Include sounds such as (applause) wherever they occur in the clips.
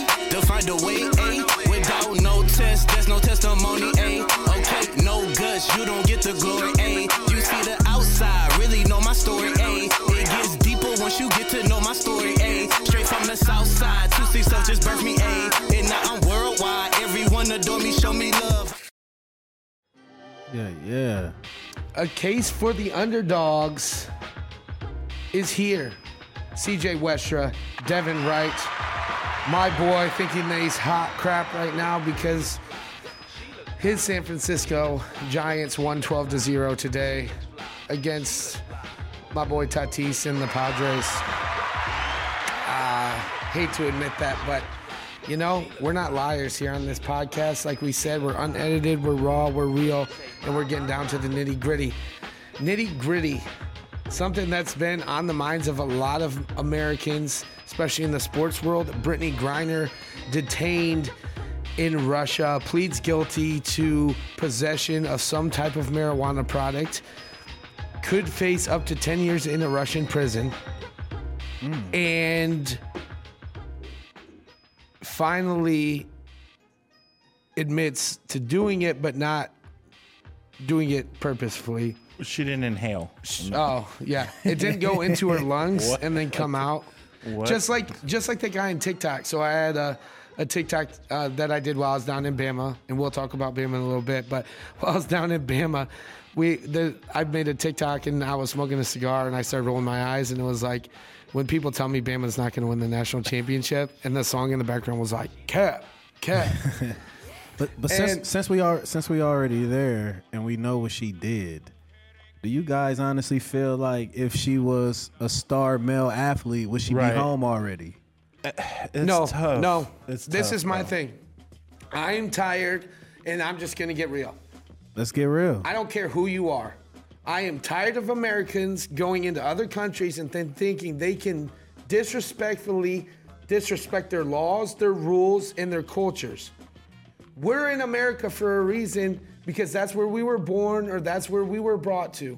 it the way, ayy. Without no test, there's no testimony, ayy. Okay, no guts, you don't get the glory, ayy. You see the outside, really know my story, ayy. It gets deeper once you get to know my story, ayy. Straight from the south side, 267 just birthed me, ayy. And now I'm worldwide, everyone adore me, show me love. Yeah, yeah. A case for the underdogs is here. CJ Westra, Devin Wright, my boy, thinking that he's hot crap right now because his San Francisco Giants won 12 to 0 today against my boy Tatis and the Padres. Uh, hate to admit that, but you know, we're not liars here on this podcast. Like we said, we're unedited, we're raw, we're real, and we're getting down to the nitty gritty. Nitty gritty something that's been on the minds of a lot of Americans, especially in the sports world. Brittany Griner detained in Russia, pleads guilty to possession of some type of marijuana product, could face up to 10 years in a Russian prison. And finally admits to doing it, but not doing it purposefully. She didn't inhale. Oh yeah, it didn't go into (laughs) her lungs and then come out. Just like just like that guy in TikTok. So I had a a TikTok uh, that I did while I was down in Bama, and we'll talk about Bama in a little bit. But (laughs) while I was down in Bama, we the, I made a TikTok and I was smoking a cigar and I started rolling my eyes and it was like when people tell me Bama's not going to win the national championship, and the song in the background was like Cap (laughs) Cap. But but since And- since we are since we already there and we know what she did, do you guys honestly feel like if she was a star male athlete, would she Right. be home already? It's no, tough. no. It's this tough, is my bro. thing. I am tired, and I'm just going to get real. Let's get real. I don't care who you are. I am tired of Americans going into other countries and then thinking they can disrespectfully disrespect their laws, their rules, and their cultures. We're in America for a reason because that's where we were born or that's where we were brought to.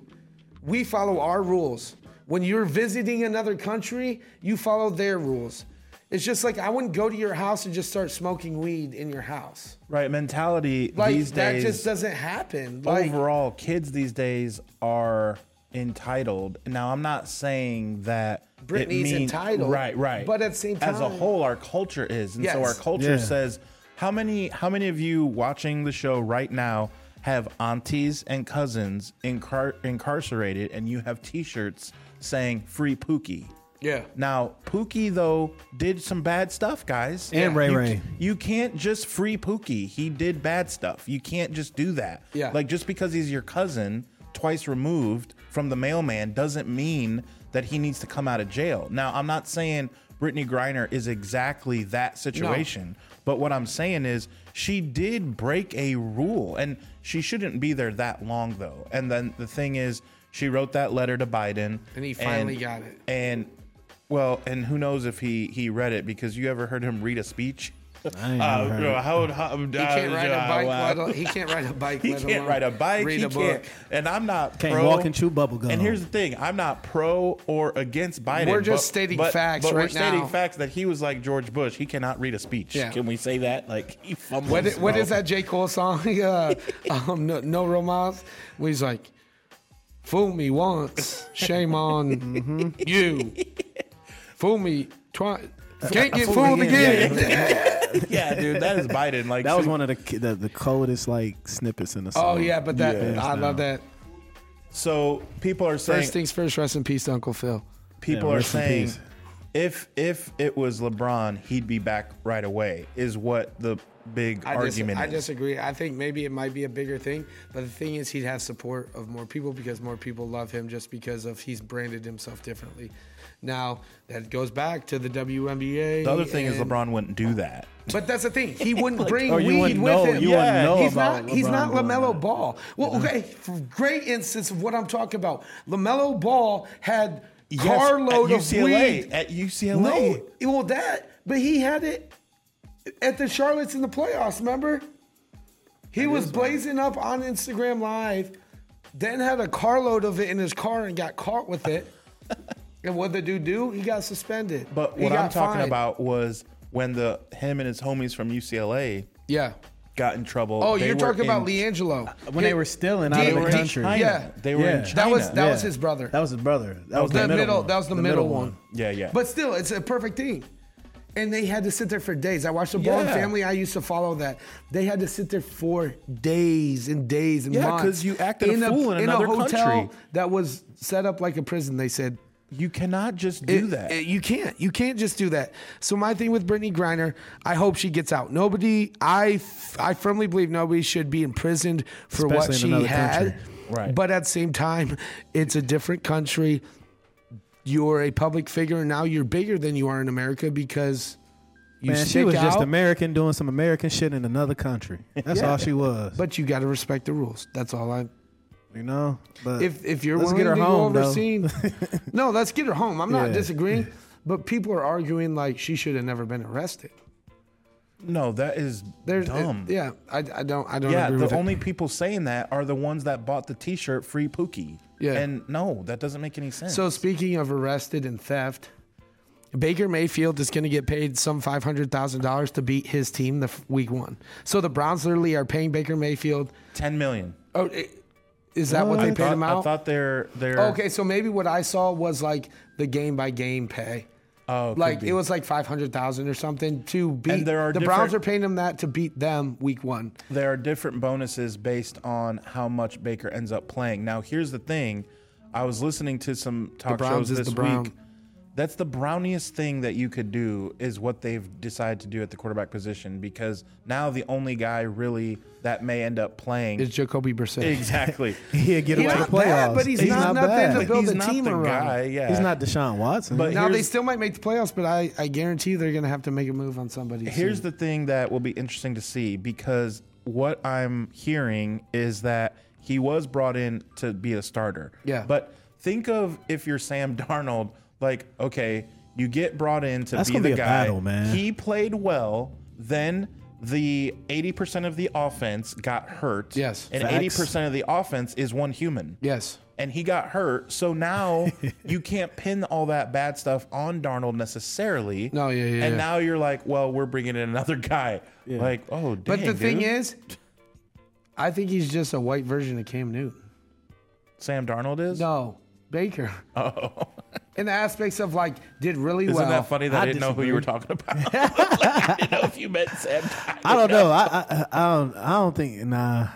We follow our rules. When you're visiting another country, you follow their rules. It's just like I wouldn't go to your house and just start smoking weed in your house. Right mentality Like these that days. just doesn't happen. Like, overall, kids these days are entitled. Now, I'm not saying that it Britney's mean- entitled, right? Right. but at the same as a time- whole, our culture is, and so Yes. our culture Yeah. says, how many, how many of you watching the show right now have aunties and cousins incar- incarcerated, and you have T-shirts saying "Free Pookie"? yeah. Now, Pookie though did some bad stuff, guys. And Yeah. Ray you, Ray. you can't just free Pookie. He did bad stuff. You can't just do that. Yeah. Like just because he's your cousin, twice removed from the mailman, doesn't mean that he needs to come out of jail. Now, I'm not saying Brittany Griner is exactly that situation, but what I'm saying is she did break a rule, and she shouldn't be there that long though. And then the thing is. She wrote that letter to Biden, And he finally got it. and well, and who knows if he he read it because you ever heard him read a speech? I ain't Uh, never heard you know, it. how, how, uh, He can't ride a bike. let al- He, he can't (laughs) ride a bike. let can't alone ride a bike. Read he a book. can't. And I'm not Can't pro- walk and chew bubble gum. And here's the thing: I'm not pro or against Biden. We're just stating facts but we're right now. stating facts that he was like George Bush. He cannot read a speech. Yeah. Can we say that? Like he fumbles. What is, what bro. is (laughs) that J Cole song? Uh, um, no, no romance. Where he's like, "Fool me once, shame on you. Fool me twice, can't get fooled uh, again." Yeah, dude, (laughs) that is Biden. Like That was so- one of the, ki- the the coldest like snippets in the song. Oh yeah, but that Yeah. I love that. So people are saying First things first. Rest in peace, to Uncle Phil. people Yeah, are rest in saying peace. if if it was LeBron, he'd be back right away. Is what the big I, dis- argument I is. disagree. I think maybe it might be a bigger thing, but the thing is, he'd have support of more people because more people love him just because of he's branded himself differently. Now that goes back to the WNBA. the other thing is and- LeBron wouldn't do that. But that's the thing. He wouldn't bring or you weed wouldn't with know- him. you Oh, wouldn't Yeah. know he's about not. He's LeBron not doing Lamelo that. Ball. Well, Mm-hmm. okay, for great instance of what I'm talking about. Lamelo Ball had carload at of UCLA, weed. at UCLA. No, well that, but he had it at the Charlottes in the playoffs. Remember, he was blazing up on Instagram Live, then had a carload of it in his car and got caught (laughs) with it. and what the dude do? He got suspended. But He what I'm got talking fined. about was when the him and his homies from UCLA Yeah. got in trouble. Oh, They you're were talking about in- Leangelo When they were stealing out They of were the in country. China. Yeah. They were Yeah. in China. That was that Yeah. was his brother. That was his brother. That was the, that middle. middle. one. That was the, middle, one. Yeah, yeah. But still, it's a perfect team. And they had to sit there for days. I watched the Ball Yeah. Family. I used to follow that. They had to sit there for days and days and Yeah, months. 'cause you acted a fool in another a hotel country. that was set up like a prison. They said you cannot just do it- that. it- you can't. You can't just do that. So my thing with Brittany Griner, I hope she gets out. Nobody, I, f- I firmly believe nobody should be imprisoned for what Especially in she another had. country. Right. But at the same time, it's a different country. You're a public figure, and now you're bigger than you are in America because you Man, she stick was just out, American doing some American shit in another country. That's all she was. But you got to respect the rules. That's all I. you know, but If if you're let's willing get her to home, go though. overseas, no, let's get her home. I'm not Yeah. disagreeing, but people are arguing like she should have never been arrested. no, that is There's dumb. uh, yeah, I, I don't I don't Yeah, agree the with it. only people saying that are the ones that bought the T-shirt "Free Pookie." Yeah. and no, that doesn't make any sense. So speaking of arrested and theft, Baker Mayfield is going to get paid some five hundred thousand dollars to beat his team the f- week one. So the Browns literally are paying Baker Mayfield. ten million. Oh, i- is that what, they paid I thought, him I out? thought they're they're okay, so maybe what I saw was like the game by game pay. Oh, could like be. it was like five hundred thousand or something to beat. there are the Browns are different- paying him that to beat them week one. there are different bonuses based on how much Baker ends up playing. Now, here's the thing: I was listening to some talk Browns shows is this the Brown. week. That's the browniest thing that you could do is what they've decided to do at the quarterback position because now the only guy really that may end up playing Is Jacoby Brissett? (laughs) (laughs) exactly. (laughs) he'll get He's away not with bad, playoffs. but he's not nothing bad. to build He's a not team the around. guy. Yeah, He's not Deshaun Watson. But Now they Here's- still might make the playoffs, but I, I guarantee you they're going to have to make a move on somebody. Here's the thing that will be interesting to see because what I'm hearing is that he was brought in to be a starter. Yeah. But think of if you're Sam (laughs) Darnold, like, okay, you get brought in to That's be gonna the be a guy. battle, man. He played well, then the 80% of the offense got hurt. Yes. And Facts. 80% of the offense is one human yes. and he got hurt. (laughs) So now you can't pin all that bad stuff on Darnold necessarily. No, yeah, yeah, And yeah. now you're like, well, we're bringing in another guy. Like, oh, dang, But the thing dude. is, I think he's just a white version of Cam Newton. Sam Darnold is. No, Baker. (laughs) Oh, In the aspects of like, did really isn't well. that funny that I, I didn't know who you were talking about? (laughs) (laughs) I didn't know if you meant Sam. Darnold. I don't know. I, I I don't I don't think nah.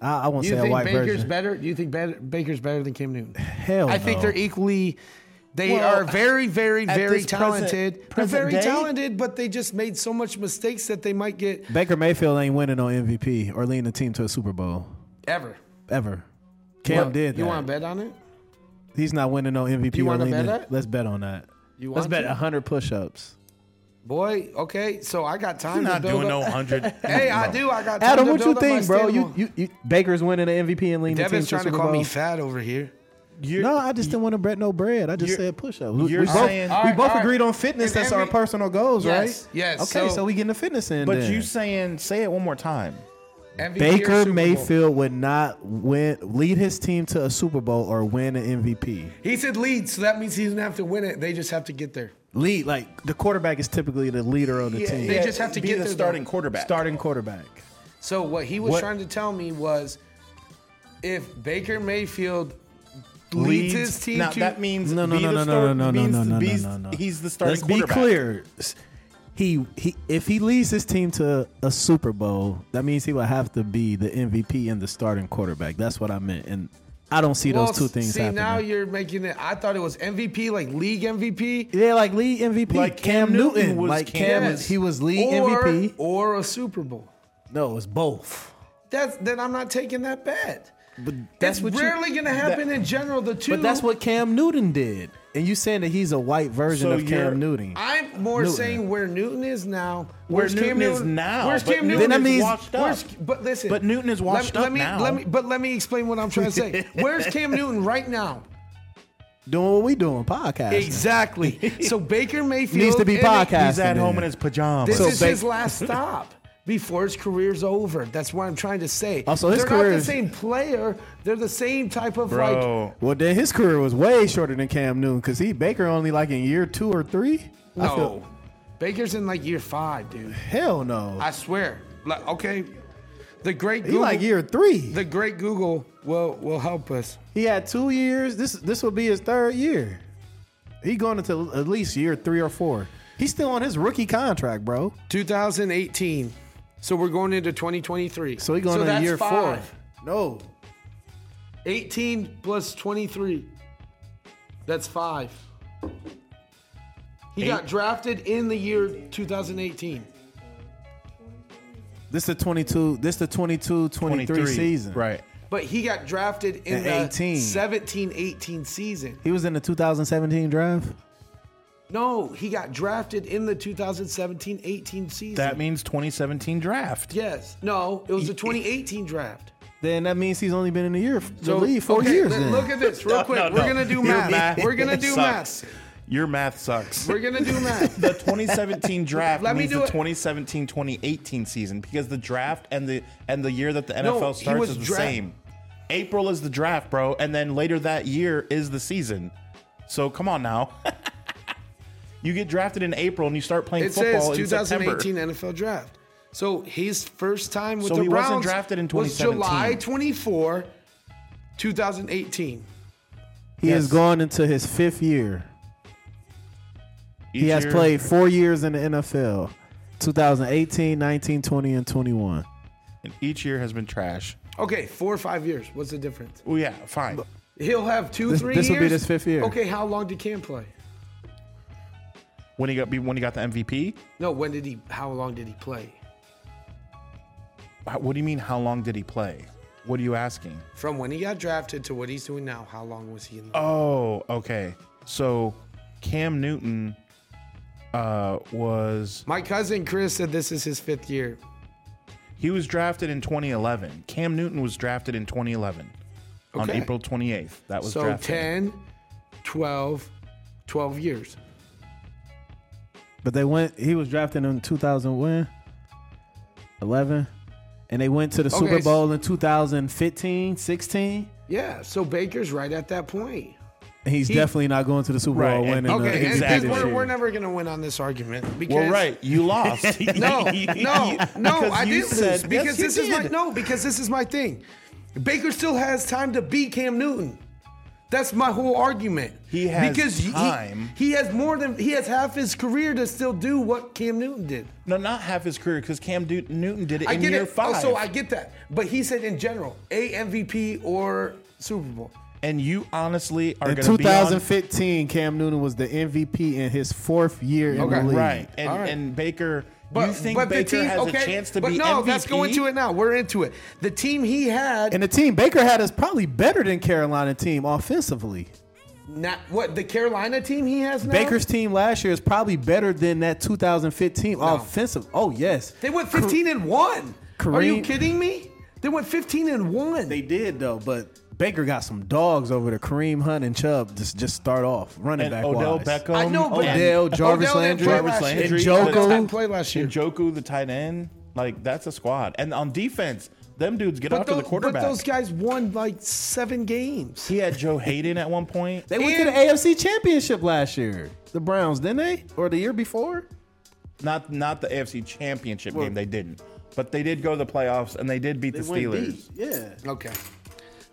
I, I won't Do say you a think white Baker's version. better? Do you think better, Baker's better than Cam Newton? Hell, I think no. they're e- equally. They Well, are very, very, at very this present- talented. present they're very day? talented, but they just made so much mistakes that they might get Baker Mayfield ain't winning on MVP or leading the team to a Super Bowl ever. ever. Cam What? did. You that. want to bet on it? He's not winning no MVP. You or wanna bet leading- that? Let's bet on that. You Let's want bet to? hundred push-ups. Boy, okay, so I got time. I'm not to build doing no up. hundred. (laughs) Hey, I do. I got time Adam, to what you build up my think, bro? You, stamina. you you Baker's winning the MVP and leading the team to, Devin's trying to a Super call Bowl. me fat over here. You're, No, I just didn't want to bread no bread. I just You're- said push ups. We, you're we both, saying- we All right, both all right. agreed on fitness. If that's our every- personal goals, Yes, right? yes, Okay, so- so, we getting the fitness in. but then. you saying say it one more time. MVP or Super Baker Bowl? Mayfield would not win, lead his team to a Super Bowl or win an MVP. He said lead, so that means he doesn't have to win it. They just have to get there. Lead like the quarterback is typically the leader of the Yeah, team, They just have to be get the there, though. starting quarterback. starting quarterback. So what he was What- trying to tell me was, if Baker Mayfield leads, leads his team Now, to that means No, no, be no, no, the star- no, no, no, no, means no, the no, beast- no, no. He's the starting. Let's quarterback. be clear. S- He, he, if he leads his team to a Super Bowl, that means he would have to be the MVP and the starting quarterback. That's what I meant, and I don't see Well, those two things See, happening. now you're making it. I thought it was MVP, like league MVP. yeah, like lead MVP, Like Cam Newton was like Cam- Cam, was, he was lead or, MVP. or a Super Bowl. No, it was both. That's then I'm not taking that bet. But that's it's what you- rarely going to happen that- in general. The two. But that's what Cam Newton did, and you saying that he's a white version So of you're- Cam Newton. I'm more Newton. saying where Newton is now. Where where's Cam Newton is Newton- now, Where's but Cam Newton? Newton Then that is means- washed up. Where's, but listen. But Newton is washed let, up let me, now. Let me, but let me explain what I'm trying to (laughs) say. Where's Cam Newton right now? doing what we doing, podcast. (laughs) Exactly. So Baker Mayfield Needs to be and it- podcasting. He's at home in it. his pajamas. This So is Ba- his last stop before his career's over. That's what I'm trying to say. Also, Oh, his they're career not the is- same player. They're the same type of like. bro. Well, then his career was way shorter than Cam Newton because he Baker only like in year two or three. I No. feel- Baker's in like year five, dude. Hell no. I swear. Like, okay, the great he Google, like year three. the great Google will will help us. He had two years. This this will be his third year. He going into at least year three or four. He's still on his rookie contract, bro. 2018. So we're going into 2023. So he going into that's year five. four. No, 18 plus 23. That's five. He got drafted in the year 2018. this the 22. This the 22 23, 23. season. Right. But he got drafted in In the 18. 17 18 season. He was in the 2017 draft. No, he got drafted in the 2017 18 season. That means 2017 draft. yes. No, it was the 2018 draft. Then that means he's only been in the year the So- league four okay, years. let- Then. Look at this real No, quick. no, We're no. gonna do (laughs) Your math. We're (laughs) (laughs) gonna do sucks. math. Your math sucks. We're gonna do math. (laughs) the 2017 (laughs) draft Let me means do the it. 2017 2018 season because the draft and the and the year that the NFL No, he starts was is the dra- same. April is the draft, bro, and then later that year is the season. So come on now. (laughs) you get drafted in April and you start playing It says football in September. 2018 NFL draft. So his first time with So the he Browns wasn't drafted in was 2017. July 24, 2018. he Yes. has gone into his fifth year. Each He has year- played four years in the NFL 2018, 19, 20, and 21. and each year has been trash. Okay, four or five years. What's the difference? Well, yeah, fine. He'll have two, This- three. this will be years? his fifth year. Okay, how long did Cam play? When he got when he got the MVP, No, when did he? How long did he play? how- what do you mean? How long did he play? What are you asking? From when he got drafted to what he's doing now, how long was he in? The- Oh, okay. So Cam Newton uh, was My cousin Chris said this is his fifth year. he was drafted in 2011. Cam Newton was drafted in 2011 on Okay. April 28th. That was So drafted. 10, 12, 12 years. But they went. He was drafted in 2000 when 11, and they went to the Super Okay, so- Bowl in 2015, 16. Yeah, so Baker's right at that point. And he's He- definitely not going to the Super Right, Bowl and- winning. No, Okay, the and- exactly. and we're, championship. we're never gonna win on this argument because Well, right, you (laughs) lost. (laughs) No, no, no, I did you lose said- because Yes, this you is my did. no because this is my thing. Baker still has time to beat Cam Newton. That's my whole argument. He has because he- time. He, has more than he has half his career to still do what Cam Newton did. no, not half his career because Cam Du- Newton did it I in get year it. Oh, five. So I get that, but he said in general, a MVP or Super Bowl. and you honestly are In going to be on 2015, Cam Newton was the MVP in his fourth year in Okay. the league. right, and All right. and Baker. But, you think but the Baker team, has okay, a chance to but be no, MVP? let's go into it now. We're into it. The team he had, And the team Baker had is probably better than Carolina team offensively. not what the Carolina team he has now. Baker's team last year is probably better than that 2015 offensive. Oh yes, they went 15 and one. Are you Kareem- kidding me? They went 15 and one. They did though, but Baker got some dogs over to Kareem Hunt and Chubb. Just just start off running and back Odell wise. Beckham, Oh, I know, but Odell, Jarvis didn't Landry, play Jarvis last year. Landry, Njoku. They didn't play last year. and Joku, the tight end. Like that's a squad. And on defense, them dudes get But after those, the but quarterback. those guys won like seven games. he had Joe Hayden at one point. They went to the AFC Championship last year. The Browns, didn't they? Or the year before? Not not the AFC Championship game. They didn't, but they did go to the playoffs and they did beat the Steelers. Yeah. Okay.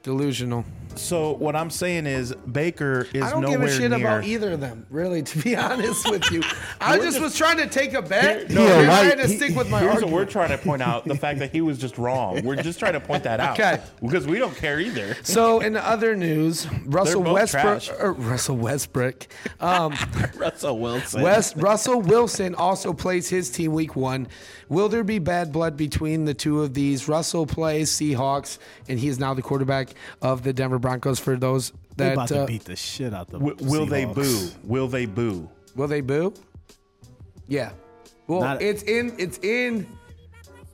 Delusional. So what I'm saying is Baker is I don't nowhere give a shit near. about either of them, really, to be (laughs) honest with (laughs) you. I We're just just- was trying to take a bet. Here- No, no, I'm here- trying to he- stick with my Here's argument. what we're trying to point out: the fact that he was just wrong. We're just trying to point that out. (laughs) Okay. Because we don't (laughs) care either. So in other news, Russell both Westbrook, trash. er, Russell (laughs) Westbrook, um, Russell Wilson. West Russell Wilson also plays his team week one. Will there be bad blood between the two of these? Russell plays Seahawks, and he is now the quarterback of the Denver Broncos. For those They that about to uh, beat the shit out the W- will they boo? Seahawks. Will they boo? will they boo? Yeah. Well, Not- it's in. It's in.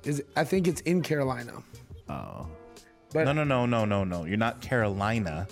Is I think it's in Carolina. Oh. No, no, no, no, no, no. You're not Carolina.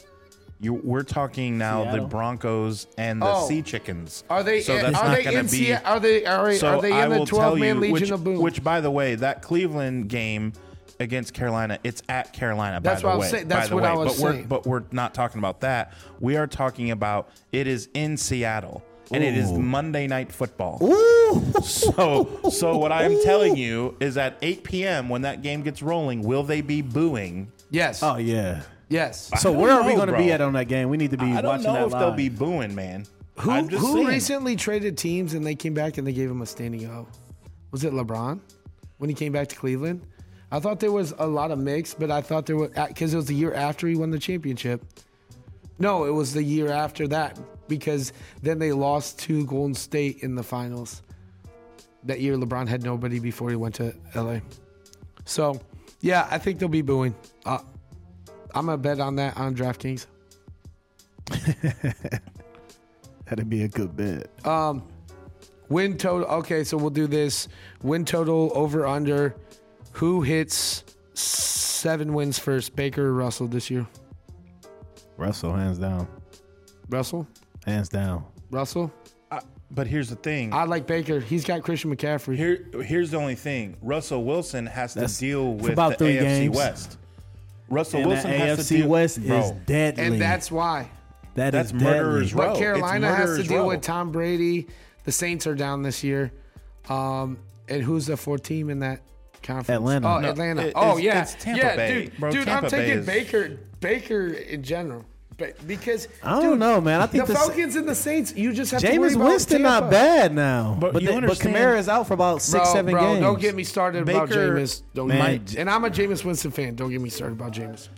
You, we're talking now Seattle? the Broncos and the Oh. Sea Chickens. Are they? So in- that's are, not they gonna in be- Seattle? are they? Are they? So are they I in the will tell twelve man you, Legion which, of Boom? Which, by the way, that Cleveland game against Carolina, it's at Carolina. That's by what I the was way, saying- that's by the what way. I was but we're, saying. But we're not talking about that. We are talking about it is in Seattle. and it is Ooh. Monday Night Football. Ooh. So, so what I am telling you is at 8 p.m. when that game gets rolling, will they be booing? Yes. Oh yeah. yes. So don't where are we know, going to bro. be at on that game? We need to be I don't watching know that if live. they'll be booing, man. Who, I'm just who saying. recently traded teams and they came back and they gave him a standing O? Was it LeBron when he came back to Cleveland? I thought there was a lot of mix, but I thought there was because it was the year after he won the championship. No, it was the year after that because then they lost to Golden State in the finals. That year, LeBron had nobody before he went to LA. So, yeah, I think they'll be booing. Uh, I'm gonna bet on that on DraftKings. That'd be a good bit. Win total. Okay, so we'll do this. Win total over under. Who hits seven wins first, Baker or Russell this year? Russell, hands down, Russell? hands down. Russell? I- but here's the thing. I like Baker. He's got Christian McCaffrey. Here, here's the only thing. Russell Wilson has That's- to deal it's with about the three AFC games. West. Russell And the Wilson has to AFC deal. West Bro, is deadly. and that's why. That that's is deadly. murderer's row. But It's Carolina has to murderer's deal row. with Tom Brady. The Saints are down this year. Um, and who's the fourth team in that conference? Atlanta. Oh, No, Atlanta. it- oh, it's- yeah. it's Tampa yeah, Bay, dude. bro. dude, I'm Tampa Bay taking is- Baker. Baker in general. But because I don't dude, know, man. I think the the Sa- Falcons and the Saints. You just have to worry Jameis about Winston not Tampa. bad now, But but you they- but, understand- Kamara is out for about six, Bro, seven bro, games. Don't get me started about Baker- Jameis. Don't Man. get me- and I'm a Jameis Winston fan. Don't get me started about Jameis.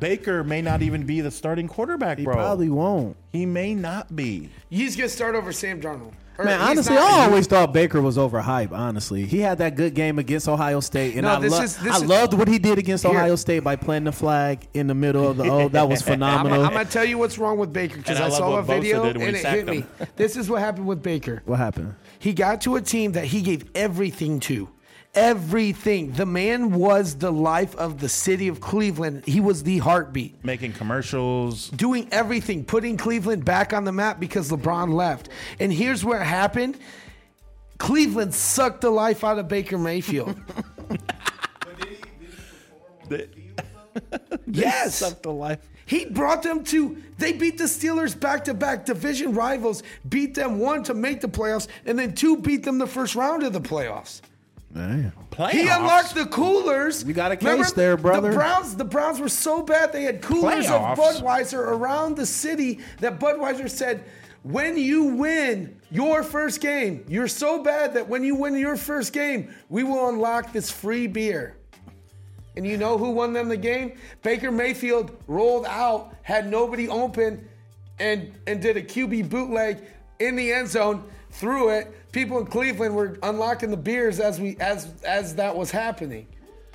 Baker may not even be the starting quarterback, He bro. probably won't. He may not be. He's gonna start over Sam Darnold. Or Man, he's honestly, not- I always thought Baker was overhyped. Honestly, he had that good game against Ohio State, and No, I, this lo- is- this I is- loved what he did against Here. Ohio State by planting the flag in the middle of the. Oh, that (laughs) was I'm, phenomenal. I'm gonna tell you what's wrong with Baker because And I I, love saw a what Bosa video did when and he it sacked hit me. him. This is what happened with Baker. what happened? He got to a team that he gave everything to. Everything. The man was the life of the city of Cleveland. He was the heartbeat. Making commercials. doing everything, putting Cleveland back on the map because LeBron left. And here's where it happened. Cleveland sucked the life out of Baker (laughs) Mayfield. yes. Sucked the life. He brought them to, they beat the Steelers back to back, division rivals, beat them one to make the playoffs, and then two beat them the first round of the playoffs. Man. Playoffs. He unlocked the coolers. You got a case there, brother. The Browns, the Browns were so bad they had coolers Playoffs? of Budweiser around the city that Budweiser said, "When you win your first game, you're so bad that when you win your first game, we will unlock this free beer." And you know who won them the game? Baker Mayfield rolled out, had nobody open, and and did a QB bootleg in the end zone, threw it. People in Cleveland were unlocking the beers as we as as that was happening.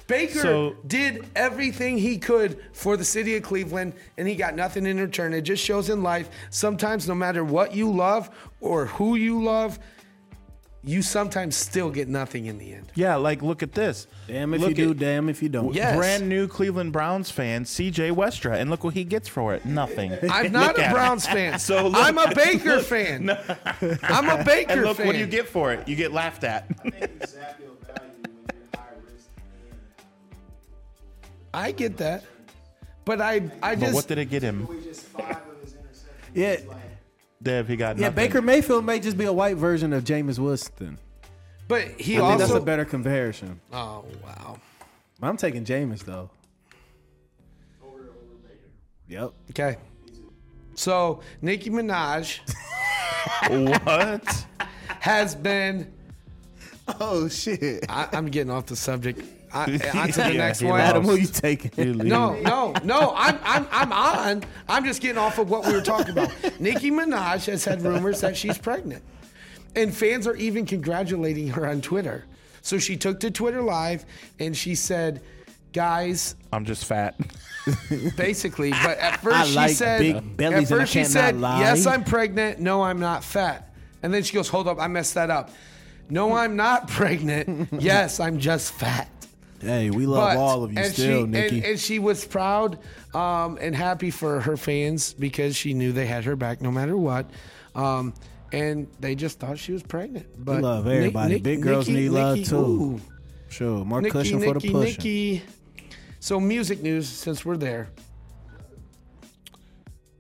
Baker So- did everything he could for the city of Cleveland, and he got nothing in return. It just shows in life sometimes, no matter what you love or who you love, you sometimes still get nothing in the end. Yeah, like look at this. Damn if Look you do, at- damn if you don't. Yeah. Yes. Brand new Cleveland Browns fan, CJ Westra, and look what he gets for it. Nothing. (laughs) (laughs) I'm not Look a at it. Browns fan. So (laughs) look- I'm a Baker fan. I'm a Baker (laughs) And look fan. what do you get for it. You get laughed at. I get that, but I I but just what did it get him? Yeah, Dev, he got yeah. nothing. Baker Mayfield may just be a white version of Jameis Winston. but he I think that's also a better comparison. oh wow But I'm taking Jameis though. Yep. okay. So Nicki Minaj What? has (laughs) been. Oh shit. I, I'm getting off the subject. (laughs) I, on to the Yeah, next he one. lost. Adam, who you taking? No, no, no. I'm, I'm, I'm on. I'm just getting off of what we were (laughs) talking about. Nicki Minaj has had rumors that she's pregnant, and fans are even congratulating her on Twitter. So she took to Twitter Live and she said, "Guys, I'm just fat. basically." But at (laughs) first I she like said, big bellies "At and first I she cannot said, lie. yes, I'm pregnant. No, I'm not fat." And then she goes, "Hold up, I messed that up. No, I'm (laughs) not pregnant. Yes, I'm just fat." hey, we love But- all of you and still, she, Nikki. And, and she was proud um, and happy for her fans because she knew they had her back no matter what. Um, and they just thought she was pregnant. But love Nick- everybody. Nick- Big girls Nikki- need love, Nikki, too. ooh. sure, more Nikki, cushion for the Nikki, pushing. Nikki. So music news, since we're there.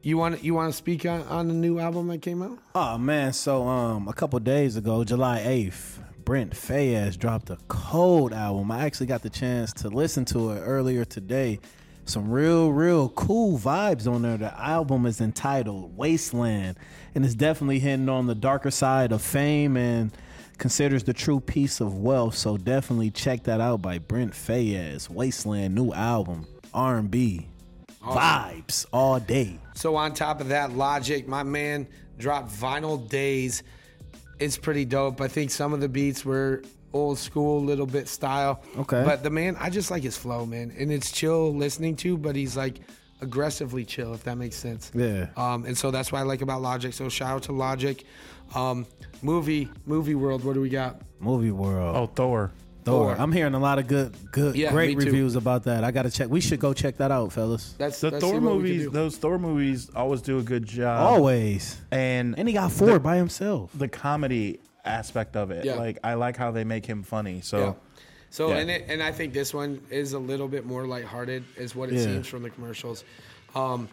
You want you want to speak on, on the new album that came out? Oh man, so um a couple days ago, July 8th, Brent Fayez dropped a cold album. I actually got the chance to listen to it earlier today. Some real, real cool vibes on there. The album is entitled Wasteland, and it's definitely hitting on the darker side of fame and considers the true piece of wealth. So definitely check that out by Brent Fayez. Wasteland, new album, R&B, vibes all day. So on top of that, Logic, my man, dropped Vinyl Days. It's pretty dope. I think some of the beats were old school, little bit style. Okay. But the man, I just like his flow, man, and it's chill listening to. But he's like aggressively chill, if that makes sense. Yeah. Um, and so that's what I like about Logic. So shout out to Logic. Um, movie, movie world. What do we got? Movie world. Oh, Thor. Thor. Thor. I'm hearing a lot of good, good, Yeah, great me too. reviews about that. I gotta check. We should go check that out, fellas. That's The let's see Thor what we can movies, do. those Thor movies always do a good job. Always. And And he got four by himself. the comedy aspect of it. Yeah. Like I like how they make him funny. So Yeah. So Yeah. and it, and I think this one is a little bit more lighthearted, is what it Yeah. seems from the commercials. Um,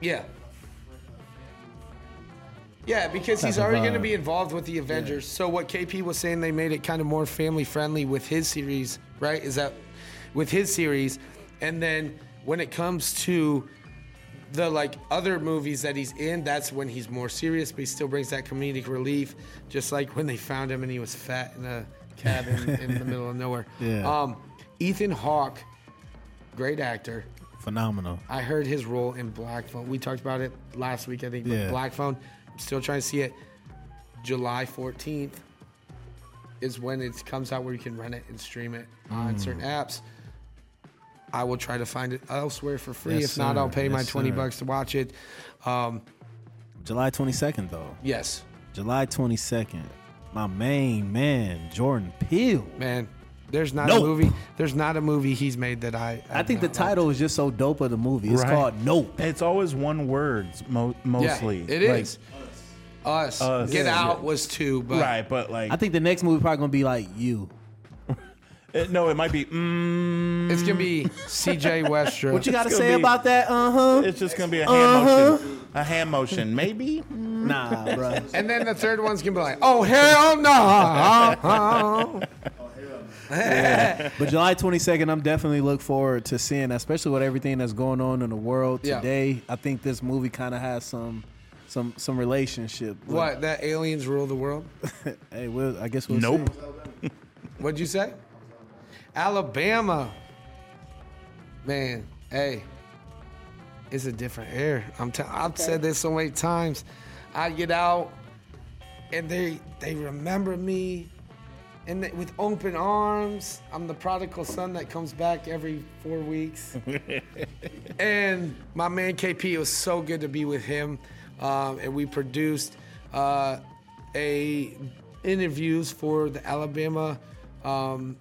yeah. Yeah, because he's Type of already going to vibe. be involved with the Avengers. So what KP was saying, they made it kind of more family friendly with his series, right? Is that with his series, and then when it comes to the like other movies that he's in, that's when he's more serious, but he still brings that comedic relief, just like when they found him and he was fat in a cabin (laughs) in the middle of nowhere. Yeah. Um, Ethan Hawke, great actor. Phenomenal. I heard his role in Black Phone. We talked about it last week, I think. But Yeah. Black Phone, I'm still trying to see it. July 14th is when it comes out where you can rent it and stream it on Mm. certain apps. I will try to find it elsewhere for free. Yes, if not, I'll sir. pay my Yes, 20 sir. bucks to watch it. Um, July 22nd, though. yes, July 22nd. My main man, Jordan Peele. man. There's not Nope. a movie. There's not a movie he's made that I. I I've think the not liked. title is just so dope of the movie. It's Right. called Nope. it's always one word mo- mostly. Yeah, it Like, is. Us. Us. Get Yeah. Out was two, but Right, but like I think the next movie probably gonna be like you. it- no, it might be. Mm, it's gonna be C.J. Westbrook. What you gotta gonna say be- about that? Uh huh. it's just gonna be a hand motion, a hand motion, maybe. Mm, Nah, bro. And then the third one's gonna be like, oh hell Oh, no! But July 22nd, I'm definitely look forward to seeing, that, especially with everything that's going on in the world Yeah. today. I think this movie kind of has some, some, some relationship. with- (laughs) what? That aliens rule the world? Hey, we'll, I guess we'll Nope. see. What'd you say? Alabama. Man, hey, it's a different air. I'm. T- I've said this so many times. I get out, and they they remember me, and they, with open arms. I'm the prodigal son that comes back every four weeks. and my man KP, it was so good to be with him. Um, and we produced uh, a interviews for the Alabama um,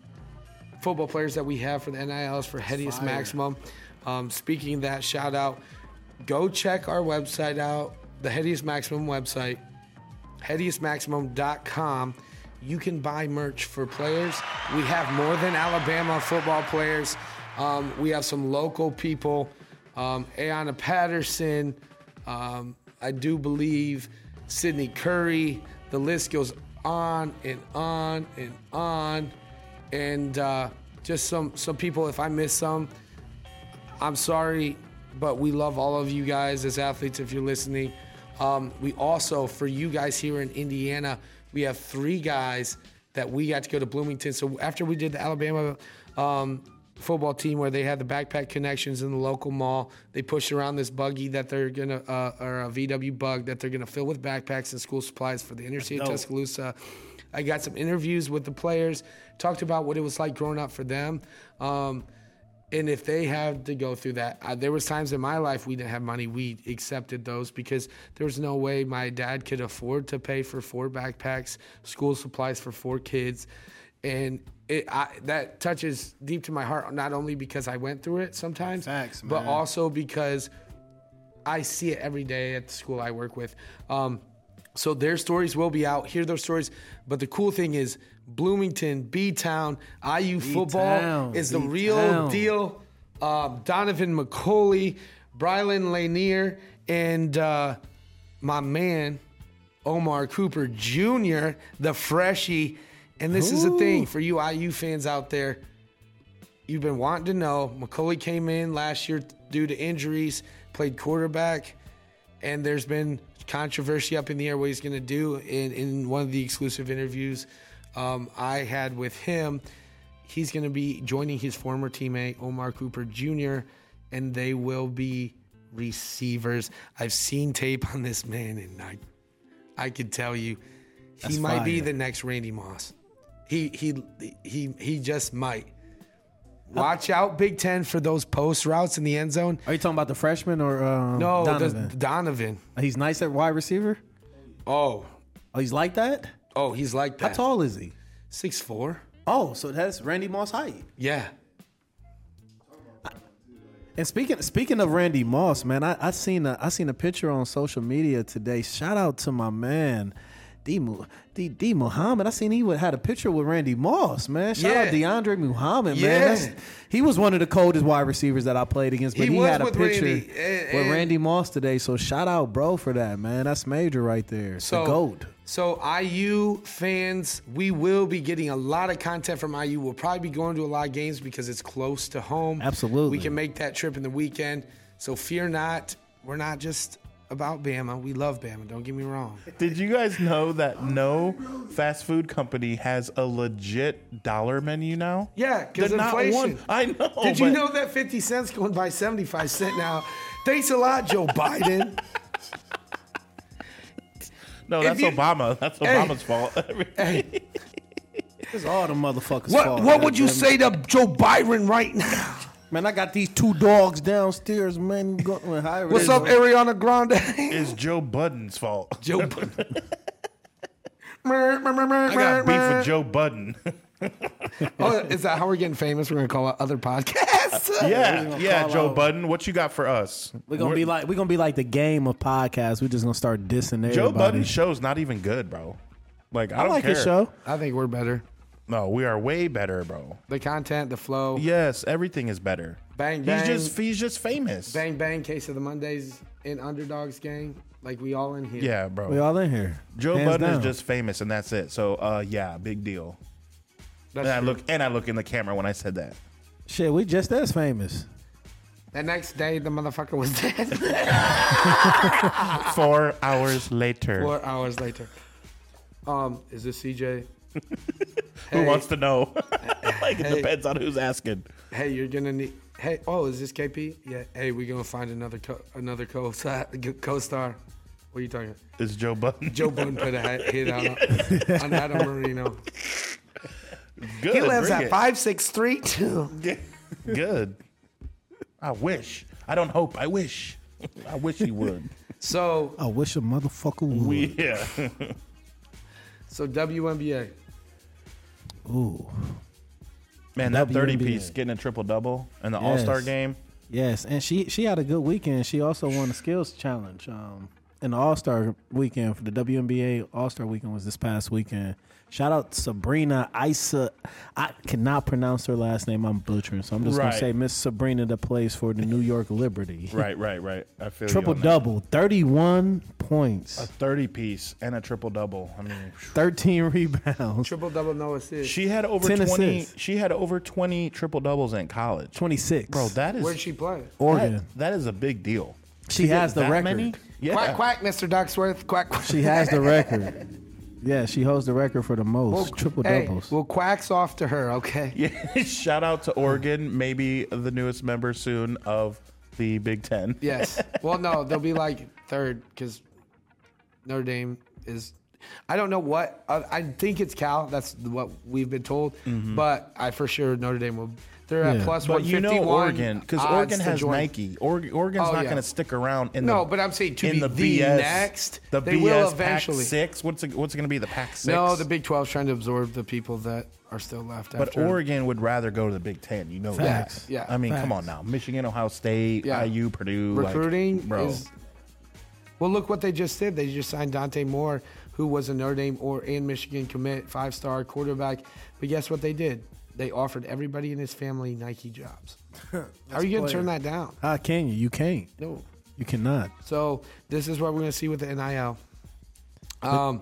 football players that we have for the NILs for Headiest Maximum. Um, speaking of that, shout out. Go check our website out, the Headiest Maximum website, headiestmaximum.com. You can buy merch for players. We have more than Alabama football players. Um, we have some local people, um, Ayanna Patterson, um, I do believe Sidney Curry. The list goes on and on and on. And uh, just some, some people, if I miss some, I'm sorry, but we love all of you guys as athletes if you're listening. Um, we also, for you guys here in Indiana, we have three guys that we got to go to Bloomington. So after we did the Alabama um, football team where they had the backpack connections in the local mall, they pushed around this buggy that they're going to, uh, or a VW bug that they're going to fill with backpacks and school supplies for the inner city of Dope. Tuscaloosa. I got some interviews with the players, talked about what it was like growing up for them. Um, and if they had to go through that, I, there was times in my life we didn't have money. We accepted those because there was no way my dad could afford to pay for four backpacks, school supplies for four kids, and it I, that touches deep to my heart. Not only because I went through it sometimes, Facts, but man. also because I see it every day at the school I work with. Um, So their stories will be out. Hear those stories. But the cool thing is, Bloomington, B Town, IU football is the real B-town. deal. Um, Donovan McCauley, Brylan Lanier, and uh, my man Omar Cooper Jr., the freshie. And this is a thing for you IU fans out there you've been wanting to know. McCauley came in last year due to injuries, played quarterback, and there's been controversy up in the air what he's going to do. In, in one of the exclusive interviews um, I had with him, he's going to be joining his former teammate, Omar Cooper Jr., and they will be receivers. I've seen tape on this man, and I, I could tell you he That's might be fire. the next Randy Moss. He, he he he just might. Watch out, Big Ten, for those post routes in the end zone. Are you talking about the freshman or um, No, Donovan. Donovan? Donovan. he's nice at wide receiver. Oh, Oh, he's like that. oh, he's like How that. tall is he? Six four. Oh, so that's Randy Moss height. Yeah. And speaking speaking of Randy Moss, man, I, I seen a I seen a picture on social media today. Shout out to my man, D Mu- D, D Muhammad. I seen he would- had a picture with Randy Moss, man. Shout out Yeah. DeAndre Muhammad, Yeah. man. That's, he was one of the coldest wide receivers that I played against, but He he, was had a with picture Randy, and- with and- Randy Moss today. So shout out, bro, for that, man. That's major right there. So the goat. So IU fans, we will be getting a lot of content from IU. We'll probably be going to a lot of games because it's close to home. Absolutely. We can make that trip in the weekend. So fear not. We're not just about Bama. We love Bama. Don't get me wrong. Did you guys know that no fast food company has a legit dollar menu now? Yeah, 'cause They're not one- inflation. I know. Did you Oh, but- know that 50 cents going by 75 cent now? Thanks a lot, Joe Biden. No, that's you- Obama. That's Obama's fault. It's (laughs) all the motherfuckers. What fault, what would you goddamn it. say to Joe Byron right (laughs) now? man? I got these two dogs downstairs, man. Go- however it What's is, up, man. Ariana Grande? It's Joe Budden's fault. Joe (laughs) I got beef with Joe Budden. (laughs) Oh, is that how we're getting famous? We're gonna call out other (laughs) podcasts. yeah, yeah, call Joe out- Budden. What you got for us? We're gonna be like we're gonna be like the game of podcasts. We're just gonna start dissing everybody. Joe Budden's show's not even good, bro. Like I I, don't like care. his show. I think we're better. No, we are way better, bro. The content, the flow. Yes, everything is better. Bang He's bang. just he's just famous. bang bang. Case of the Mondays in Underdogs gang. Like we all in here. Yeah, bro. We all in here. Joe Hands Budden down. is just famous, and that's it. So, uh, yeah, big deal. That's And I true. look and I look in the camera when I said that. shit. We just as famous. The next day, the motherfucker was dead. Four hours (laughs) later, Four hours later. Um, is this CJ? (laughs) who Hey. wants (laughs) to know? (laughs) like it Hey. depends on who's asking. hey, you're gonna need. Hey, oh, is this KP? Yeah. Hey, we gonna find another co- another co co-star. (laughs) What are you talking? about? It's Joe (laughs) Budden. Joe Budden put a hat- hit out on, (laughs) on Adam Marino. Good, He lives bring at it. five six three two. Good. I wish. I don't hope. I wish. I wish he would. (laughs) So I wish a motherfucker would. yeah. so WNBA. Ooh. Man, that 30 WNBA. piece getting a triple double in the All Star Yes. (laughs) game. Yes, and she she had a good weekend. She also won the skills challenge. Um, in the All Star weekend for the WNBA All Star weekend was this past weekend. Shout out Sabrina Isa. I cannot pronounce her last name. I'm butchering, so I'm just Right. gonna say Miss Sabrina that plays for the New York Liberty. Right, right, right. I feel you Triple on that. double, 31 points, 30 piece and a triple double. I mean, 13 rebounds, Triple double no assist. she had over 10 20 assists. she had over 20 triple doubles in college. 26. Bro, that is Where'd she play? Oregon. that- that is a big deal. she has the That record. many? Yeah. Quack quack, Mr. Ducksworth. Quack quack. She (laughs) has the record. Yeah, she holds the record for the most triple Hey, doubles. well, quacks off to her. Okay. (laughs) Yeah. Shout out to Oregon, maybe the newest member soon of the Big 10. (laughs) Yes. Well, no, they'll be like third because Notre Dame is. I don't know what. I, I think it's Cal. That's what we've been told. But I for sure Notre Dame will. They're at Yeah. plus Mm-hmm. But one fifty you one. know Oregon, because Oregon has Nike. Oregon, Oregon's Oh, not yeah. going to stick around in No, the but I'm saying to in be the, the BS, next, the they BS will Pac eventually. six. What's it, what's going to be the Pac six? No, the Big 12's trying to absorb the people that are still left. but after. Oregon would rather go to the Big Ten. You know Facts. that. Yeah, yeah. I mean, come on now, Michigan, Ohio State, Yeah. IU, Purdue. like, recruiting bro. is Well, look what they just did. They just signed Dante Moore, who was a Notre Dame or and Michigan commit, five-star quarterback. But guess what they did? They offered everybody in his family Nike jobs. How are you going to turn that down? How Ah, can you? You can't. No. You cannot. So this is what we're going to see with the NIL. Um,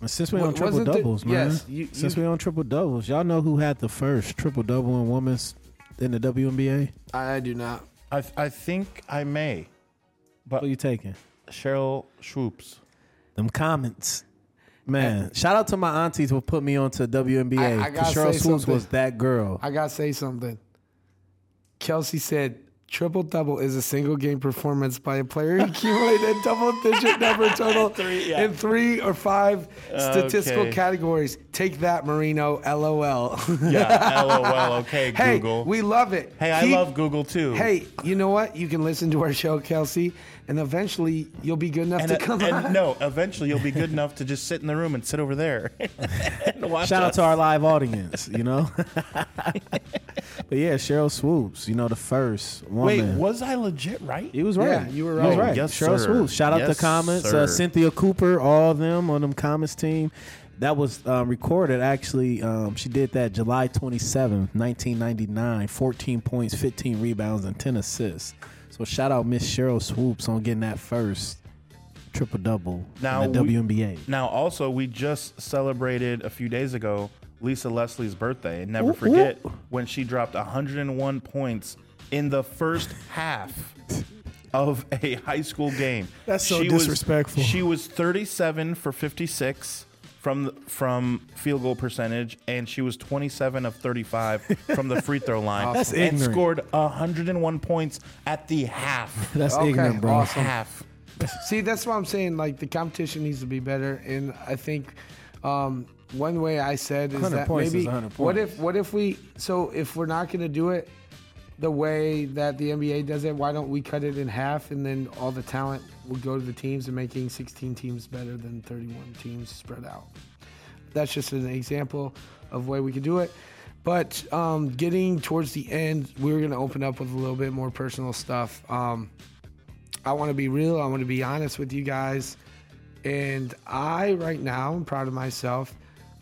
And Since we Wa- on triple wasn't it- doubles, man. yes, you- Since you- we on triple doubles, y'all know who had the first triple double in women's in the WNBA? I do not. I, I think I may. Who you taking? Cheryl Swoops. Them comments. Man, shout out to my aunties who put me onto I- I WNBA. 'cause gotta Cheryl say Swoops something. was that girl. I got to say something. Kelsey said, Triple double is a single game performance by a player who accumulated a double digit (laughs) number total in three or five statistical Okay. categories. Take that, Marino. LOL. Yeah. LOL. (laughs) Okay, hey, Google. we love it. hey, I Keep- love Google too. Hey, you know what? You can listen to our show, Kelsey, and eventually you'll be good enough And, uh, to come and on. no, eventually you'll be good enough to just sit in the room and sit over there. (laughs) and (laughs) watch Shout out us. to our live audience, you know? (laughs) but yeah, Cheryl Swoops, you know, the first Wait, woman. was I legit right? He was right. Yeah, you were He was right. right. Yes, Cheryl sir. Swoops. Shout out Yes, the comments. Uh, sir. Cynthia Cooper, all of them on them comments team. That was um, recorded actually. Um, she did that July 27th, 1999. 14 points, 15 rebounds, and 10 assists. So shout out Miss Cheryl Swoops on getting that first triple double Now in the we- WNBA. Now, also, we just celebrated a few days ago Lisa Leslie's birthday, and never Ooh, forget ooh. when she dropped 101 points in the first half of a high school game. (laughs) That's so She was- disrespectful. she was 37 for 56 from from field goal percentage, and she was 27 of (laughs) 35 from the free throw line, That's and ignorant. scored 101 points at the (laughs) half. That's Okay, ignorant, bro. awesome. half. See, that's what I'm saying. Like the competition needs to be better, and I think um, one way I said is 100 that points maybe is 100 what points. if what if we so if we're not going to do it the way that the NBA does it, why don't we cut it in half and then all the talent will go to the teams and making 16 teams better than 31 teams spread out. That's just an example of way we could do it. But um, getting towards the end, we're going to open up with a little bit more personal stuff. Um, I want to be real. I want to be honest with you guys. And I, right now, am proud of myself.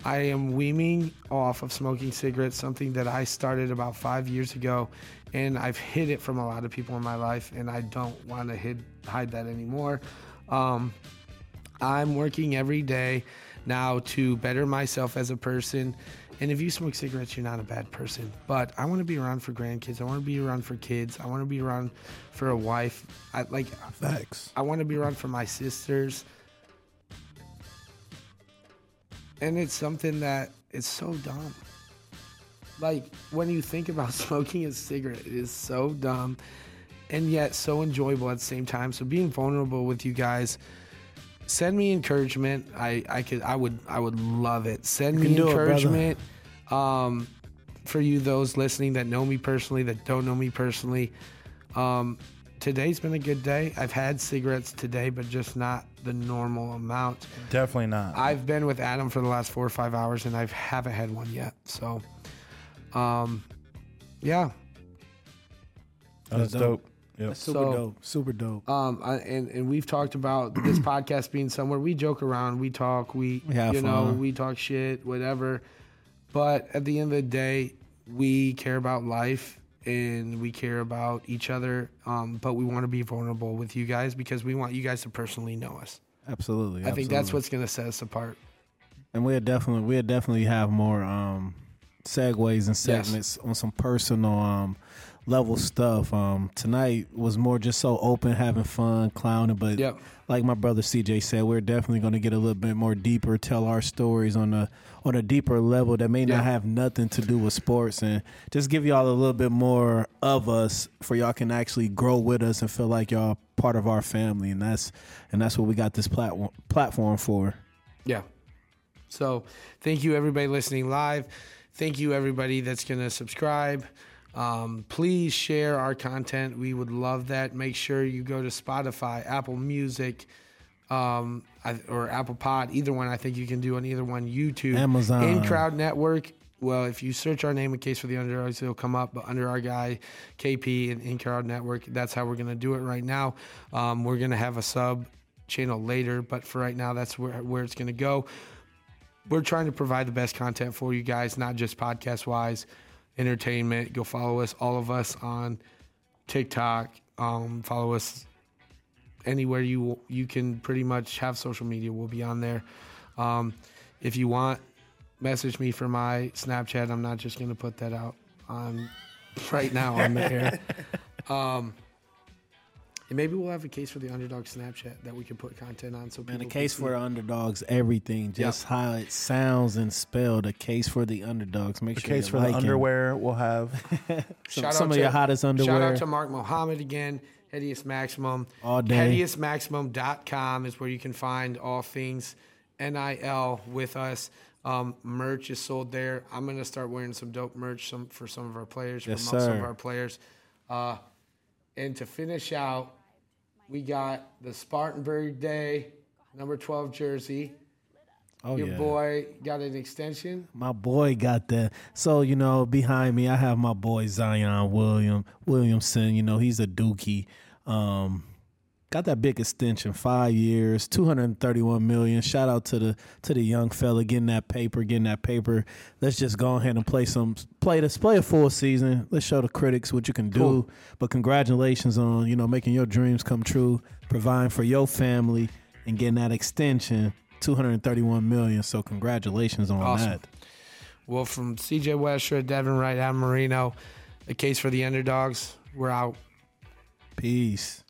I am weaning off of smoking cigarettes, something that I started about five years ago. And I've hid it from a lot of people in my life, and I don't want to hid, hide that anymore. Um, I'm working every day now to better myself as a person. And if you smoke cigarettes, you're not a bad person. But I want to be around for grandkids. I want to be around for kids. I want to be around for a wife. I like. Facts. I want to be around for my sisters. And it's something that it's so dumb. Like when you think about (laughs) smoking a cigarette, it is so dumb and yet so enjoyable at the same time. So being vulnerable with you guys, send me encouragement. I, I could I would I would love it. Send me can do it, brother. encouragement. um for you those listening that know me personally, that don't know me personally. Um today's been a good day. I've had cigarettes today, but just not the normal amount. Definitely not. I've been with Adam for the last four or five hours, and I haven't had one yet. So, um, yeah. That's dope. Yep. Super So- dope. Super dope. Um, I, and and we've talked about (clears throat) this podcast being somewhere we joke around, we talk, we We have you know fun. we talk shit, whatever. But at the end of the day, we care about life and we care about each other. Um, but we want to be vulnerable with you guys because we want you guys to personally know us. Absolutely. I think that's what's going to set us apart. And we'll definitely we'll definitely have more um segues and segments on some personal um level stuff. Um tonight was more just so open, having fun, clowning, but Yep. like my brother CJ said, we're definitely gonna get a little bit more deeper, tell our stories on a on a deeper level that may Yeah. not have nothing to do with sports and just give y'all a little bit more of us for y'all can actually grow with us and feel like y'all part of our family and that's and that's what we got this platform platform for. Yeah. So thank you everybody listening live. Thank you everybody that's gonna subscribe. Um, please share our content. We would love that. Make sure you go to Spotify, Apple Music, um, I- or Apple Pod. Either one. I think you can do on either one. YouTube, Amazon. In Crowd Network, well, if you search our name in case for the underdogs, it'll come up. But under our guy, KP and Incrowd Network, that's how we're going to do it right now. Um, we're going to have a sub channel later, but for right now, that's where, where it's going to go. We're trying to provide the best content for you guys, not just podcast wise, entertainment. Go follow us, all of us on TikTok. Um, follow us anywhere you you can pretty much have social media. We'll be on there. Um, if you want, message me for my Snapchat. I'm not just gonna put that out on right now on (laughs) the air. Um, and maybe we'll have a case for the underdog Snapchat that we can put content on. So And people a can case see. for the underdogs, everything, just how it sounds and spelled. A case for the underdogs. Make The sure case you for like the it. underwear we'll have. (laughs) Some, some of your hottest underwear. Shout out to Mark Mohammed again. Headiest Maximum. All day. HeadiestMaximum.com is where you can find all things NIL with us. Um, merch is sold there. I'm going to start wearing some dope merch some, for some of our players, Yes, promote some of sir. our players. Uh, and to finish out, we got the Spartanburg Day, number 12 jersey. oh, Your yeah. boy got an extension. My boy got that. So, you know, behind me, I have my boy Zion William Williamson. You know, he's a dookie. Um, got that big extension, five years, two hundred and thirty-one million. Shout out to the to the young fella getting that paper, getting that paper. Let's just go ahead and play some play this play a full season. Let's show the critics what you can do. But congratulations on you know making your dreams come true, providing for your family, and getting that extension. 231 million. So, congratulations on Awesome. that. Well, from CJ Westra, Devin Wright, Adam Marino, a case for the underdogs. We're out. Peace.